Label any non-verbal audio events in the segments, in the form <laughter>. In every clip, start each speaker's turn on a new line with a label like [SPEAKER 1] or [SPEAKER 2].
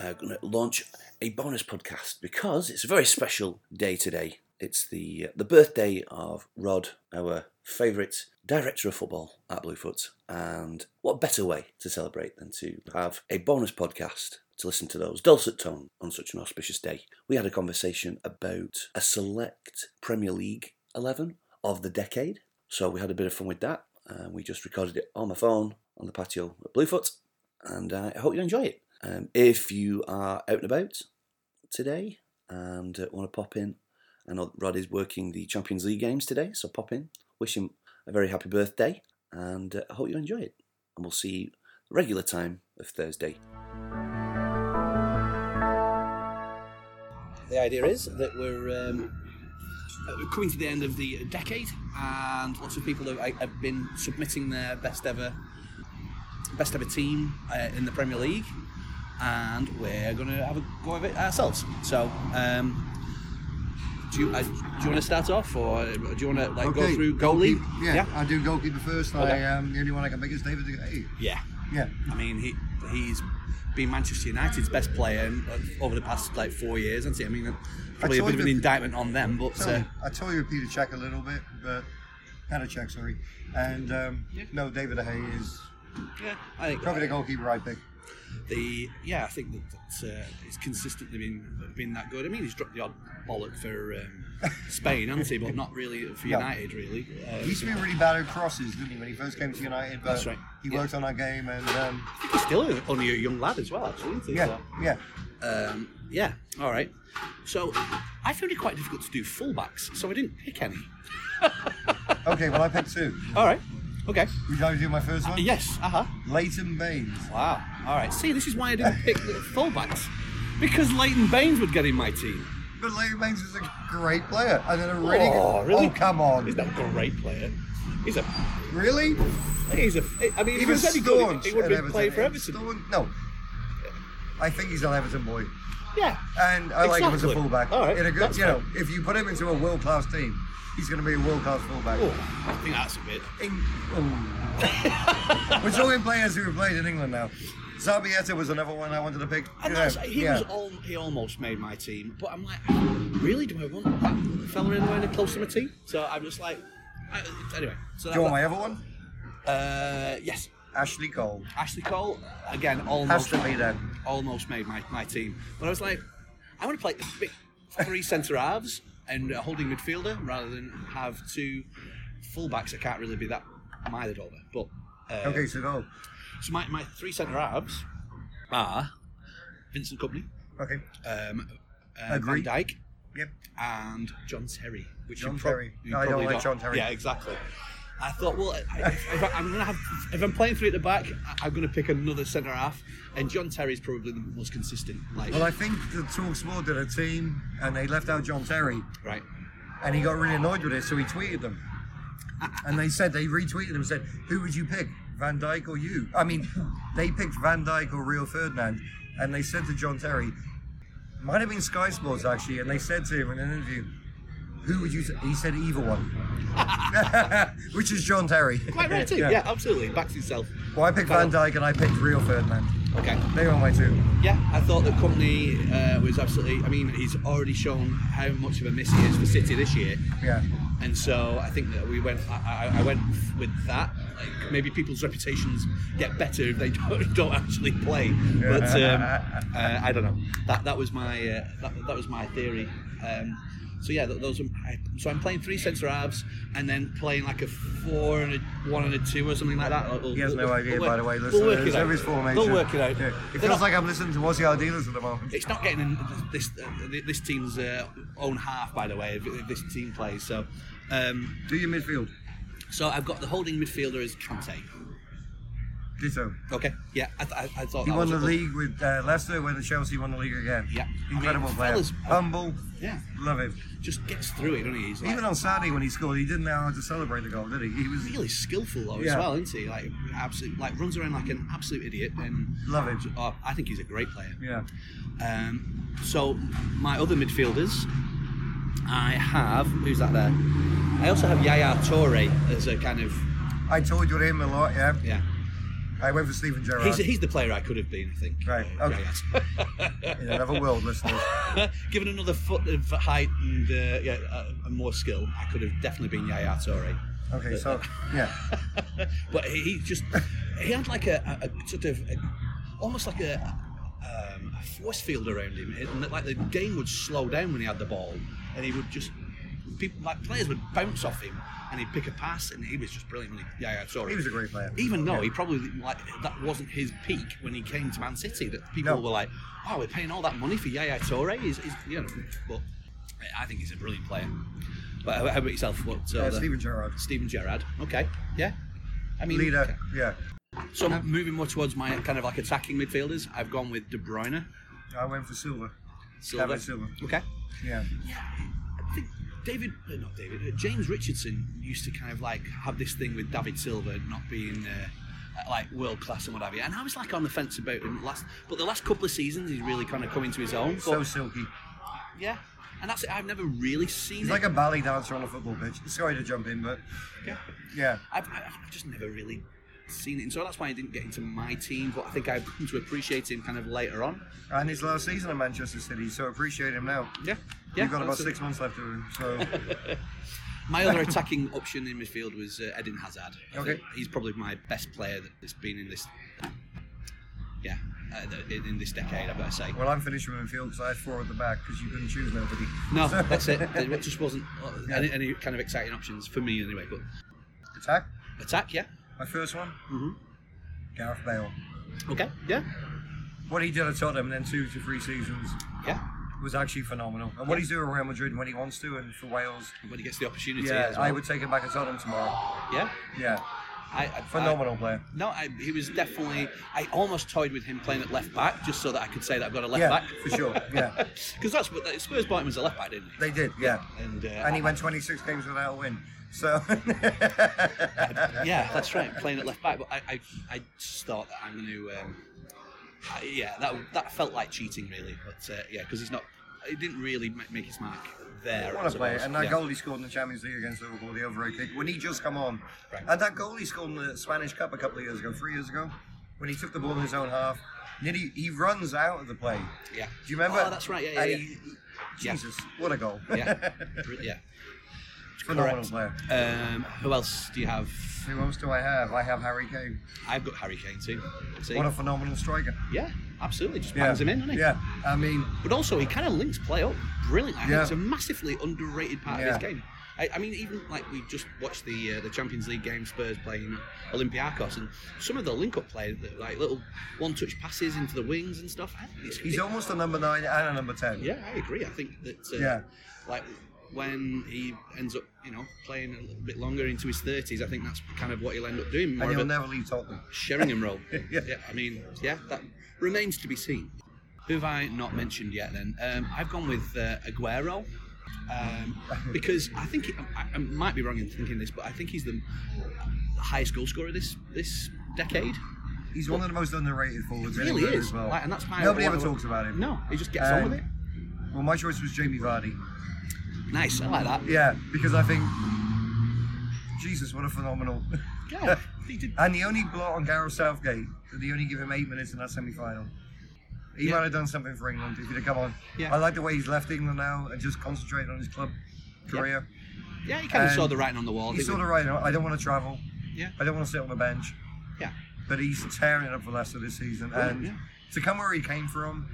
[SPEAKER 1] going to uh, launch a bonus podcast because it's a very special day today. It's the uh, the birthday of Rod, our favourite director of football at Bluefoot, and what better way to celebrate than to have a bonus podcast to listen to those dulcet tones on such an auspicious day? We had a conversation about a select Premier League eleven of the decade, so we had a bit of fun with that. Uh, we just recorded it on my phone on the patio at Bluefoot, and uh, I hope you enjoy it. Um, if you are out and about today and uh, want to pop in, I know Rod is working the Champions League games today, so pop in, wish him a very happy birthday, and uh, I hope you enjoy it. And we'll see you regular time of Thursday. The idea is that we're um, uh, we're coming to the end of the decade, and lots of people have, have been submitting their best ever best ever team uh, in the Premier League, and we're going to have a go of it ourselves. So, um, do you, uh, do you want to start off, or do you want to like go through goalie?
[SPEAKER 2] Goalkeeper, Yeah, I do goalkeeper first.
[SPEAKER 1] Okay.
[SPEAKER 2] I um, the only one I can think is David De Gea.
[SPEAKER 1] yeah.
[SPEAKER 2] Yeah,
[SPEAKER 1] I mean, he he's been Manchester United's best player in- uh, over the past like four years, hasn't he? I mean, uh, probably a
[SPEAKER 2] told
[SPEAKER 1] bit of an
[SPEAKER 2] you-
[SPEAKER 1] indictment on them, but
[SPEAKER 2] so
[SPEAKER 1] uh,
[SPEAKER 2] I told you with Peter Check a little bit, but Panachek, sorry, and um, no, David De Gea is
[SPEAKER 1] yeah, I think
[SPEAKER 2] probably the goalkeeper I pick.
[SPEAKER 1] the yeah, I think that, that uh, it's consistently been been that good. I mean, he's dropped the odd bollock for
[SPEAKER 2] <laughs>
[SPEAKER 1] um, Spain, hasn't he? But not really for
[SPEAKER 2] No.
[SPEAKER 1] United, really. Um,
[SPEAKER 2] He used to be really bad at crosses, didn't he, when he first came to United? But
[SPEAKER 1] That's right.
[SPEAKER 2] He
[SPEAKER 1] Yeah.
[SPEAKER 2] worked on our game, and um,
[SPEAKER 1] I think he's still a- only a young lad as well, actually. Isn't he?
[SPEAKER 2] yeah, yeah.
[SPEAKER 1] So, um, yeah. All right. So I found it quite difficult to do fullbacks, so I didn't pick any.
[SPEAKER 2] Okay, well I picked two.
[SPEAKER 1] All right. Okay.
[SPEAKER 2] Would you like to do my first one?
[SPEAKER 1] Yes. Uh huh.
[SPEAKER 2] Leighton Baines.
[SPEAKER 1] Wow. All right. See, this is why I didn't pick the fullbacks because Leighton Baines would get in my team.
[SPEAKER 2] But Leighton Baines is a great player, and then a really good-
[SPEAKER 1] Oh, really?
[SPEAKER 2] Oh, come on,
[SPEAKER 1] He's not a great player. He's a.
[SPEAKER 2] really?
[SPEAKER 1] He's a. I mean, if he
[SPEAKER 2] Even
[SPEAKER 1] was any good,
[SPEAKER 2] Staunch
[SPEAKER 1] he would
[SPEAKER 2] at
[SPEAKER 1] have been playing for Everton.
[SPEAKER 2] Everton. Staunch- no. I think he's an Everton boy.
[SPEAKER 1] Yeah.
[SPEAKER 2] And I like him as a
[SPEAKER 1] Exactly.
[SPEAKER 2] fullback.
[SPEAKER 1] All right,
[SPEAKER 2] In a good,
[SPEAKER 1] that's
[SPEAKER 2] you know, if you put him into a world class team, he's going to be a world class fullback.
[SPEAKER 1] Oh, I think that's a bit.
[SPEAKER 2] In- oh. We're talking players who have played in England now. Zabieta was another one I wanted to pick.
[SPEAKER 1] And
[SPEAKER 2] Yeah,
[SPEAKER 1] that's, he
[SPEAKER 2] yeah.
[SPEAKER 1] was all, he almost made my team, but I'm like, really? Do I want that fella anywhere any close to my team? So I'm just like, I, anyway. So
[SPEAKER 2] Do
[SPEAKER 1] that,
[SPEAKER 2] you want my other one?
[SPEAKER 1] uh, yes,
[SPEAKER 2] Ashley Cole.
[SPEAKER 1] Ashley Cole again
[SPEAKER 2] Has
[SPEAKER 1] almost
[SPEAKER 2] to be there.
[SPEAKER 1] almost made my, my team, but I was like, I want to play th- three centre halves and a holding midfielder rather than have two fullbacks. I can't really be that mithered over, but uh,
[SPEAKER 2] Okay, so go.
[SPEAKER 1] So my, my three centre halves are Vincent Company,
[SPEAKER 2] Okay.
[SPEAKER 1] um, uh, Van
[SPEAKER 2] Agree.
[SPEAKER 1] Dyke,
[SPEAKER 2] Yep.
[SPEAKER 1] and John Terry. Which
[SPEAKER 2] John
[SPEAKER 1] you prob-
[SPEAKER 2] Terry.
[SPEAKER 1] you
[SPEAKER 2] No, I don't
[SPEAKER 1] probably
[SPEAKER 2] like John Terry.
[SPEAKER 1] Yeah, exactly. I thought, well, I, if, I, I'm gonna have, if I'm playing three at the back, I, I'm going to pick another centre half, and John Terry's probably the most consistent. Like,
[SPEAKER 2] Well, I think the Talk Sport did a team and they left out John Terry.
[SPEAKER 1] <laughs> right?
[SPEAKER 2] And he got really annoyed with it, so he tweeted them. And they said they retweeted him and said, "Who would you pick, Van Dyke or you?" I mean, they picked Van Dyke or Rio Ferdinand, and they said to John Terry, might have been Sky Sports actually, and they said to him in an interview, "Who would you?" T-? He said, "Either one," <laughs> which is John Terry.
[SPEAKER 1] Quite right too. Yeah, absolutely. Backs himself.
[SPEAKER 2] Well, I picked Van Dyke and I picked Rio Ferdinand.
[SPEAKER 1] Okay.
[SPEAKER 2] They were my two.
[SPEAKER 1] Yeah, I thought that Company uh, was absolutely. I mean, he's already shown how much of a miss he is for City this year.
[SPEAKER 2] Yeah.
[SPEAKER 1] and so I think that we went. I, I I went with that. Like maybe people's reputations get better if they <laughs> don't, don't actually play. But um,
[SPEAKER 2] <laughs>
[SPEAKER 1] uh, I don't know. That that was my uh, that, that was my theory. Um, so yeah, th- those. Are, I, so I'm playing three centre halves and then playing like a four and a one and a two or something like that.
[SPEAKER 2] He has no idea, by the way.
[SPEAKER 1] Listen,
[SPEAKER 2] Listen,
[SPEAKER 1] we'll work it
[SPEAKER 2] it's
[SPEAKER 1] out.
[SPEAKER 2] every formation.
[SPEAKER 1] We'll work it out.
[SPEAKER 2] Yeah. It
[SPEAKER 1] They're
[SPEAKER 2] feels
[SPEAKER 1] not-
[SPEAKER 2] like I'm listening to Aussie Our Dealers at the moment.
[SPEAKER 1] it's not getting in this uh, this team's uh, own half, by the way, if, if this team plays. So. Um,
[SPEAKER 2] Do your midfield.
[SPEAKER 1] So I've got the holding midfielder as Kante.
[SPEAKER 2] Ditto.
[SPEAKER 1] Okay. Yeah, I, th- I, I thought
[SPEAKER 2] He
[SPEAKER 1] that
[SPEAKER 2] won
[SPEAKER 1] was a-
[SPEAKER 2] the league with uh, Leicester when Chelsea won the league again.
[SPEAKER 1] Yeah. I
[SPEAKER 2] Incredible
[SPEAKER 1] mean,
[SPEAKER 2] player.
[SPEAKER 1] fellas-
[SPEAKER 2] Humble.
[SPEAKER 1] Yeah.
[SPEAKER 2] Love him.
[SPEAKER 1] Just gets through it, doesn't he? He's like,
[SPEAKER 2] Even on Saturday when he scored, he didn't know how to celebrate the goal, did he? He was
[SPEAKER 1] really skillful though as
[SPEAKER 2] Yeah.
[SPEAKER 1] well, isn't he? Like absolute, like runs around like an absolute idiot. And
[SPEAKER 2] love him.
[SPEAKER 1] oh, I think he's a great player.
[SPEAKER 2] Yeah.
[SPEAKER 1] Um, so my other midfielders, I have who's that there? I also have Yaya Toure as a kind of
[SPEAKER 2] I told you him a lot. Yeah.
[SPEAKER 1] yeah.
[SPEAKER 2] I went for Stephen Gerrard.
[SPEAKER 1] He's, he's the player I could have been, I think.
[SPEAKER 2] Right,
[SPEAKER 1] Uh,
[SPEAKER 2] okay.
[SPEAKER 1] Yaya.
[SPEAKER 2] in another world, listeners.
[SPEAKER 1] Given another foot of height and uh, yeah, uh, and more skill, I could have definitely been Yaya Toure. <laughs>
[SPEAKER 2] Okay, so yeah,
[SPEAKER 1] but he he just he had like a, a- a sort of a, almost like a, um, a force field around him, and like the game would slow down when he had the ball, and he would just people like players would bounce off him, and he'd pick a pass, and he was just brilliant. Really, yeah, yeah, sorry.
[SPEAKER 2] he was a great player.
[SPEAKER 1] Even though
[SPEAKER 2] Yeah.
[SPEAKER 1] he probably like that wasn't his peak when he came to Man City, that people
[SPEAKER 2] No.
[SPEAKER 1] were like, "Oh, we're paying all that money for Yaya Toure." He's, he's you know, but I think he's a brilliant player. But how how about yourself? What uh,
[SPEAKER 2] yeah,
[SPEAKER 1] the-
[SPEAKER 2] Steven Gerrard,
[SPEAKER 1] Steven Gerrard. Okay, yeah. I mean,
[SPEAKER 2] leader. Yeah,
[SPEAKER 1] so I'm moving more towards my kind of like attacking midfielders. I've gone with De Bruyne,
[SPEAKER 2] I went for Silva.
[SPEAKER 1] Silva.
[SPEAKER 2] David Silva.
[SPEAKER 1] Okay.
[SPEAKER 2] Yeah,
[SPEAKER 1] Yeah, I think David, uh, not David, uh, James Richardson used to kind of like have this thing with David Silva not being uh, like world class and what have you. And I was like on the fence about him last, but the last couple of seasons he's really kind of coming to his own. But,
[SPEAKER 2] so silky.
[SPEAKER 1] yeah, and that's it. I've never really seen
[SPEAKER 2] He's
[SPEAKER 1] it.
[SPEAKER 2] like a ballet dancer on a football pitch. Sorry to jump in, but
[SPEAKER 1] Yeah.
[SPEAKER 2] yeah,
[SPEAKER 1] I've, I've I've just never really seen it, and so that's why I didn't get into my team. But I think I've come to appreciate him kind of later on.
[SPEAKER 2] and his last season at Manchester City, so appreciate him now.
[SPEAKER 1] Yeah, yeah.
[SPEAKER 2] You've got about
[SPEAKER 1] that's it.
[SPEAKER 2] six months left of him, so
[SPEAKER 1] My other attacking option in midfield was uh, Eden Hazard. I
[SPEAKER 2] Okay.
[SPEAKER 1] think he's probably my best player that- that's been in this. Yeah, uh, th- in in this decade, I better say.
[SPEAKER 2] well, I'm finished with midfield because I had four at the back because you couldn't choose nobody.
[SPEAKER 1] No,
[SPEAKER 2] So-
[SPEAKER 1] that's it. There just wasn't uh, any, any kind of exciting options for me anyway. But
[SPEAKER 2] Attack.
[SPEAKER 1] attack, yeah.
[SPEAKER 2] My first one,
[SPEAKER 1] hmm
[SPEAKER 2] Gareth Bale.
[SPEAKER 1] Okay, yeah,
[SPEAKER 2] What he did at Tottenham, and then two to three seasons,
[SPEAKER 1] yeah.
[SPEAKER 2] was actually phenomenal. And what he's doing at Real Madrid when he wants to, and for Wales,
[SPEAKER 1] When he gets the opportunity,
[SPEAKER 2] yeah,
[SPEAKER 1] as
[SPEAKER 2] I
[SPEAKER 1] well.
[SPEAKER 2] would take him back at Tottenham tomorrow.
[SPEAKER 1] Yeah,
[SPEAKER 2] Yeah,
[SPEAKER 1] I, I I-
[SPEAKER 2] phenomenal player.
[SPEAKER 1] No, I, he was definitely. I almost toyed with him playing at left back just so that I could say that I've got a left
[SPEAKER 2] yeah,
[SPEAKER 1] back.
[SPEAKER 2] for sure.
[SPEAKER 1] <laughs>
[SPEAKER 2] Yeah,
[SPEAKER 1] Because that's what Spurs bought him as a left back, didn't he?
[SPEAKER 2] they did. Yeah,
[SPEAKER 1] And, uh,
[SPEAKER 2] and he went 26 games without a win. So
[SPEAKER 1] <laughs> yeah, that's right, playing at left back. But I, I, I just thought that I'm going to. Um, I, yeah, that that felt like cheating, really. But uh, yeah, because he's not. He didn't really ma- make his mark there. I
[SPEAKER 2] What a player!
[SPEAKER 1] suppose.
[SPEAKER 2] And that
[SPEAKER 1] yeah.
[SPEAKER 2] goal he scored in the Champions League against Liverpool, the override kick, when he just come on,
[SPEAKER 1] Right.
[SPEAKER 2] and that goal he scored in the Spanish Cup a couple of years ago, three years ago, when he took the ball in his own half, nearly he runs out of the play.
[SPEAKER 1] Yeah.
[SPEAKER 2] Do you remember?
[SPEAKER 1] Oh, that's right. Yeah, yeah,
[SPEAKER 2] And
[SPEAKER 1] yeah.
[SPEAKER 2] he-
[SPEAKER 1] Yeah.
[SPEAKER 2] Jesus, what a goal!
[SPEAKER 1] Yeah. Br- yeah.
[SPEAKER 2] <laughs> Phenomenal
[SPEAKER 1] Correct.
[SPEAKER 2] player.
[SPEAKER 1] Um, who else do you have?
[SPEAKER 2] Who else do I have? I have Harry Kane.
[SPEAKER 1] I've got Harry Kane too. See?
[SPEAKER 2] What a phenomenal striker!
[SPEAKER 1] yeah, absolutely. Just
[SPEAKER 2] Yeah.
[SPEAKER 1] bangs him in, doesn't he?
[SPEAKER 2] Yeah, I mean,
[SPEAKER 1] But also, he kind of links play up brilliantly. I think
[SPEAKER 2] Yeah.
[SPEAKER 1] it's a massively underrated part of his
[SPEAKER 2] Yeah.
[SPEAKER 1] game. I, I mean, even like we just watched the uh, the Champions League game, Spurs playing Olympiakos, and some of the link-up play, the, like little one-touch passes into the wings and stuff. I think it's,
[SPEAKER 2] he's
[SPEAKER 1] it-
[SPEAKER 2] almost a number nine and a number ten.
[SPEAKER 1] yeah, I agree. I think that uh,
[SPEAKER 2] Yeah.
[SPEAKER 1] like when he ends up, you know, playing a little bit longer into his thirties, I think that's kind of what he'll end up doing. More
[SPEAKER 2] and
[SPEAKER 1] of
[SPEAKER 2] he'll
[SPEAKER 1] a
[SPEAKER 2] never leave Tottenham. <laughs>
[SPEAKER 1] Sheringham role. <laughs>
[SPEAKER 2] Yeah.
[SPEAKER 1] I mean, yeah, that remains to be seen. Who have I not mentioned yet? Then um, I've gone with uh, Aguero um, because I think he, I, I might be wrong in thinking this, but I think he's the highest goal scorer this this decade.
[SPEAKER 2] He's one of the most underrated forwards. in
[SPEAKER 1] Really
[SPEAKER 2] England
[SPEAKER 1] is,
[SPEAKER 2] as well.
[SPEAKER 1] like, and that's my
[SPEAKER 2] Nobody
[SPEAKER 1] one
[SPEAKER 2] ever
[SPEAKER 1] of the-
[SPEAKER 2] talks about him.
[SPEAKER 1] No, he just gets
[SPEAKER 2] Uh,
[SPEAKER 1] on with it.
[SPEAKER 2] Well, my choice was Jamie Vardy.
[SPEAKER 1] Nice, I like that.
[SPEAKER 2] Yeah, because I think Jesus, what a phenomenal!
[SPEAKER 1] Yeah, he did.
[SPEAKER 2] And the only blot on Gareth Southgate that they only give him eight minutes in that semi-final. He
[SPEAKER 1] Yeah.
[SPEAKER 2] might have done something for England if he'd have come on.
[SPEAKER 1] Yeah.
[SPEAKER 2] I like the way he's left England now and just concentrated on his club career.
[SPEAKER 1] Yeah, he kind of
[SPEAKER 2] Um,
[SPEAKER 1] saw the writing on the wall.
[SPEAKER 2] He's
[SPEAKER 1] didn't
[SPEAKER 2] sort of right. I don't want to travel.
[SPEAKER 1] Yeah.
[SPEAKER 2] I don't want to sit on the bench.
[SPEAKER 1] Yeah.
[SPEAKER 2] But he's tearing it up for Leicester this season,
[SPEAKER 1] Brilliant,
[SPEAKER 2] and
[SPEAKER 1] yeah.
[SPEAKER 2] to come where he came from,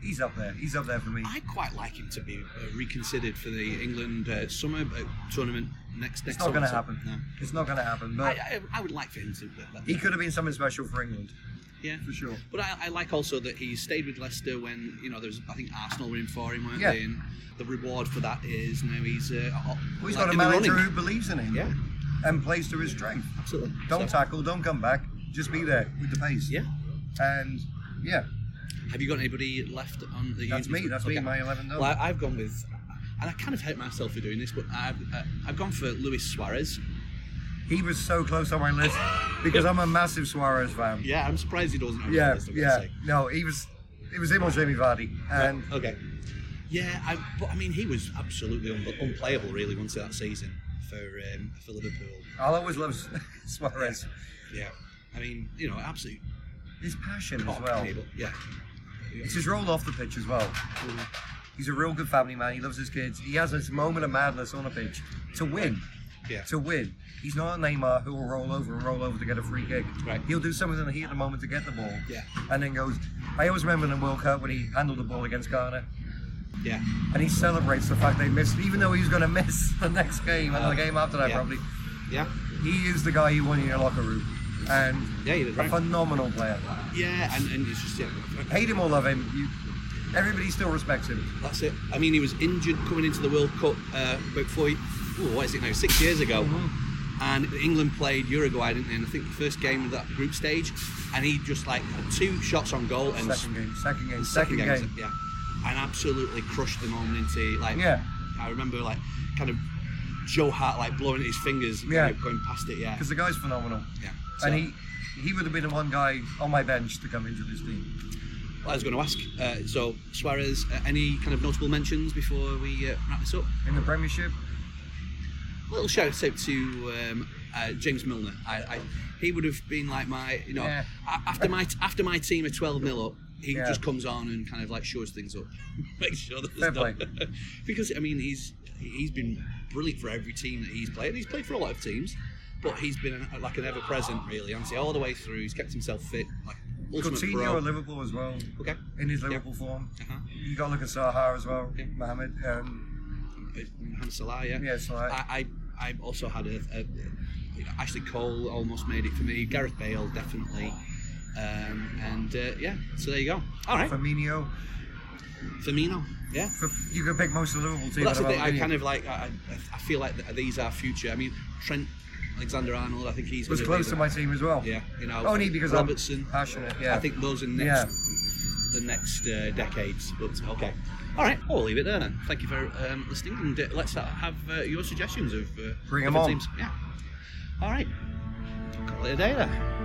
[SPEAKER 2] he's up there. He's up there for me.
[SPEAKER 1] I'd quite like him to be uh, reconsidered for the England uh, summer uh, tournament next next.
[SPEAKER 2] not
[SPEAKER 1] summer,
[SPEAKER 2] gonna
[SPEAKER 1] so-
[SPEAKER 2] happen.
[SPEAKER 1] No.
[SPEAKER 2] It's not going to happen,
[SPEAKER 1] I,
[SPEAKER 2] but
[SPEAKER 1] I, I would like for him to. That, that,
[SPEAKER 2] he could have been something special for England
[SPEAKER 1] yeah.
[SPEAKER 2] for sure.
[SPEAKER 1] But I, I like also that he stayed with Leicester when you know there was I think Arsenal were in for him, weren't
[SPEAKER 2] Yeah.
[SPEAKER 1] they? And the reward for that is now he's uh, o-
[SPEAKER 2] Well, he's
[SPEAKER 1] like,
[SPEAKER 2] got a
[SPEAKER 1] in the
[SPEAKER 2] manager
[SPEAKER 1] running.
[SPEAKER 2] who believes in him
[SPEAKER 1] Yeah,
[SPEAKER 2] and plays to his strength.
[SPEAKER 1] absolutely.
[SPEAKER 2] Don't
[SPEAKER 1] So,
[SPEAKER 2] tackle, don't come back, just be there with the pace.
[SPEAKER 1] Yeah.
[SPEAKER 2] And yeah,
[SPEAKER 1] Have you got anybody left on the?
[SPEAKER 2] that's me. That's me.
[SPEAKER 1] Okay.
[SPEAKER 2] My 11 done.
[SPEAKER 1] Well, I- I've gone with, and I kind of hate myself for doing this, but I've uh, I've gone for Luis Suarez.
[SPEAKER 2] He was so close on my list because I'm a massive Suarez fan.
[SPEAKER 1] Yeah, I'm surprised he doesn't. Have
[SPEAKER 2] yeah,
[SPEAKER 1] this, I've got to
[SPEAKER 2] yeah.
[SPEAKER 1] say.
[SPEAKER 2] No, he was. It was him or Jamie Vardy, and
[SPEAKER 1] Okay. Yeah, I, but I mean, he was absolutely un- unplayable, really, once that season for um, for Liverpool.
[SPEAKER 2] I'll always love <laughs> Suarez.
[SPEAKER 1] Yeah. I mean, you know, absolute
[SPEAKER 2] His passion as
[SPEAKER 1] cock,
[SPEAKER 2] well.
[SPEAKER 1] really, but yeah.
[SPEAKER 2] It's his role off the pitch as well. He's a real good family man. He loves his kids. He has this moment of madness on the pitch to win.
[SPEAKER 1] Yeah.
[SPEAKER 2] To win. He's not a Neymar who will roll over and roll over to get a free kick.
[SPEAKER 1] Right.
[SPEAKER 2] He'll do something in the heat of the moment to get the ball.
[SPEAKER 1] Yeah.
[SPEAKER 2] And then goes. I always remember in the World Cup when he handled the ball against Ghana
[SPEAKER 1] Yeah.
[SPEAKER 2] and he celebrates the fact they missed, even though he was going to <laughs> miss the next game and the game after that
[SPEAKER 1] Uh, Yeah.
[SPEAKER 2] probably.
[SPEAKER 1] Yeah.
[SPEAKER 2] He is the guy you want in your locker room, and
[SPEAKER 1] Yeah, he did,
[SPEAKER 2] a
[SPEAKER 1] right.
[SPEAKER 2] phenomenal player.
[SPEAKER 1] Yeah, and, and it's just yeah,
[SPEAKER 2] Hate him or love him, you, everybody still respects him.
[SPEAKER 1] That's it. I mean, he was injured coming into the World Cup uh, about four, ooh, what is it now, six years ago.
[SPEAKER 2] Mm-hmm.
[SPEAKER 1] And England played Uruguay, didn't they? And I think the first game of that group stage, and he just like had two shots on goal and
[SPEAKER 2] Second game, second game,
[SPEAKER 1] and
[SPEAKER 2] second,
[SPEAKER 1] second
[SPEAKER 2] game.
[SPEAKER 1] yeah, and absolutely crushed them on into like.
[SPEAKER 2] Yeah.
[SPEAKER 1] I remember like kind of Joe Hart like blowing at his fingers,
[SPEAKER 2] Yeah.
[SPEAKER 1] kind of going past it, yeah,
[SPEAKER 2] because the guy's phenomenal,
[SPEAKER 1] yeah.
[SPEAKER 2] and he he would have been the one guy on my bench to come into this team.
[SPEAKER 1] I was going to ask. Uh, so Suarez, uh, any kind of notable mentions before we uh, wrap this up?
[SPEAKER 2] In the Premiership,
[SPEAKER 1] little shout out to um, uh, James Milner. I, I, he would have been like my, you know,
[SPEAKER 2] Yeah.
[SPEAKER 1] a- after my after my team are 12 nil up, he
[SPEAKER 2] Yeah.
[SPEAKER 1] just comes on and kind of like shores things up, <laughs> make sure that
[SPEAKER 2] Fair
[SPEAKER 1] there's no, <laughs> because I mean he's he's been brilliant for every team that he's played. And he's played for a lot of teams, but he's been an, like an ever present really. Honestly, all the way through, he's kept himself fit. Like ultimate
[SPEAKER 2] Coutinho
[SPEAKER 1] pro.
[SPEAKER 2] at Liverpool as well,
[SPEAKER 1] okay.
[SPEAKER 2] in his Liverpool form.
[SPEAKER 1] Uh-huh.
[SPEAKER 2] You got to look at Saha as well,
[SPEAKER 1] Yeah.
[SPEAKER 2] Mohamed. Um,
[SPEAKER 1] Mohamed Salah, yeah.
[SPEAKER 2] yeah, uh, Salah.
[SPEAKER 1] I, I, I also had a, a you know, Ashley Cole almost made it for me. Gareth Bale definitely, um, and uh, yeah. So there you go. All right,
[SPEAKER 2] Firmino.
[SPEAKER 1] Firmino. Yeah.
[SPEAKER 2] But you can pick most of the Liverpool team.
[SPEAKER 1] Well, that's the
[SPEAKER 2] in
[SPEAKER 1] thing.
[SPEAKER 2] about
[SPEAKER 1] I
[SPEAKER 2] a
[SPEAKER 1] kind of like. I, I- I feel like th- these are future. I mean, Trent Alexander-Arnold. I think he's
[SPEAKER 2] was
[SPEAKER 1] gonna be
[SPEAKER 2] close to
[SPEAKER 1] the-
[SPEAKER 2] my team as well.
[SPEAKER 1] Yeah, you know.
[SPEAKER 2] Only because I'm
[SPEAKER 1] Robertson.
[SPEAKER 2] passionate, yeah.
[SPEAKER 1] I think those are next. The next uh, decades, but okay. All right, well, we'll leave it there then. Thank you for um, listening, and uh, let's ha- have uh, your suggestions of uh,
[SPEAKER 2] Bring 'em
[SPEAKER 1] different
[SPEAKER 2] on.
[SPEAKER 1] Teams. Yeah. All right. Call it a day then.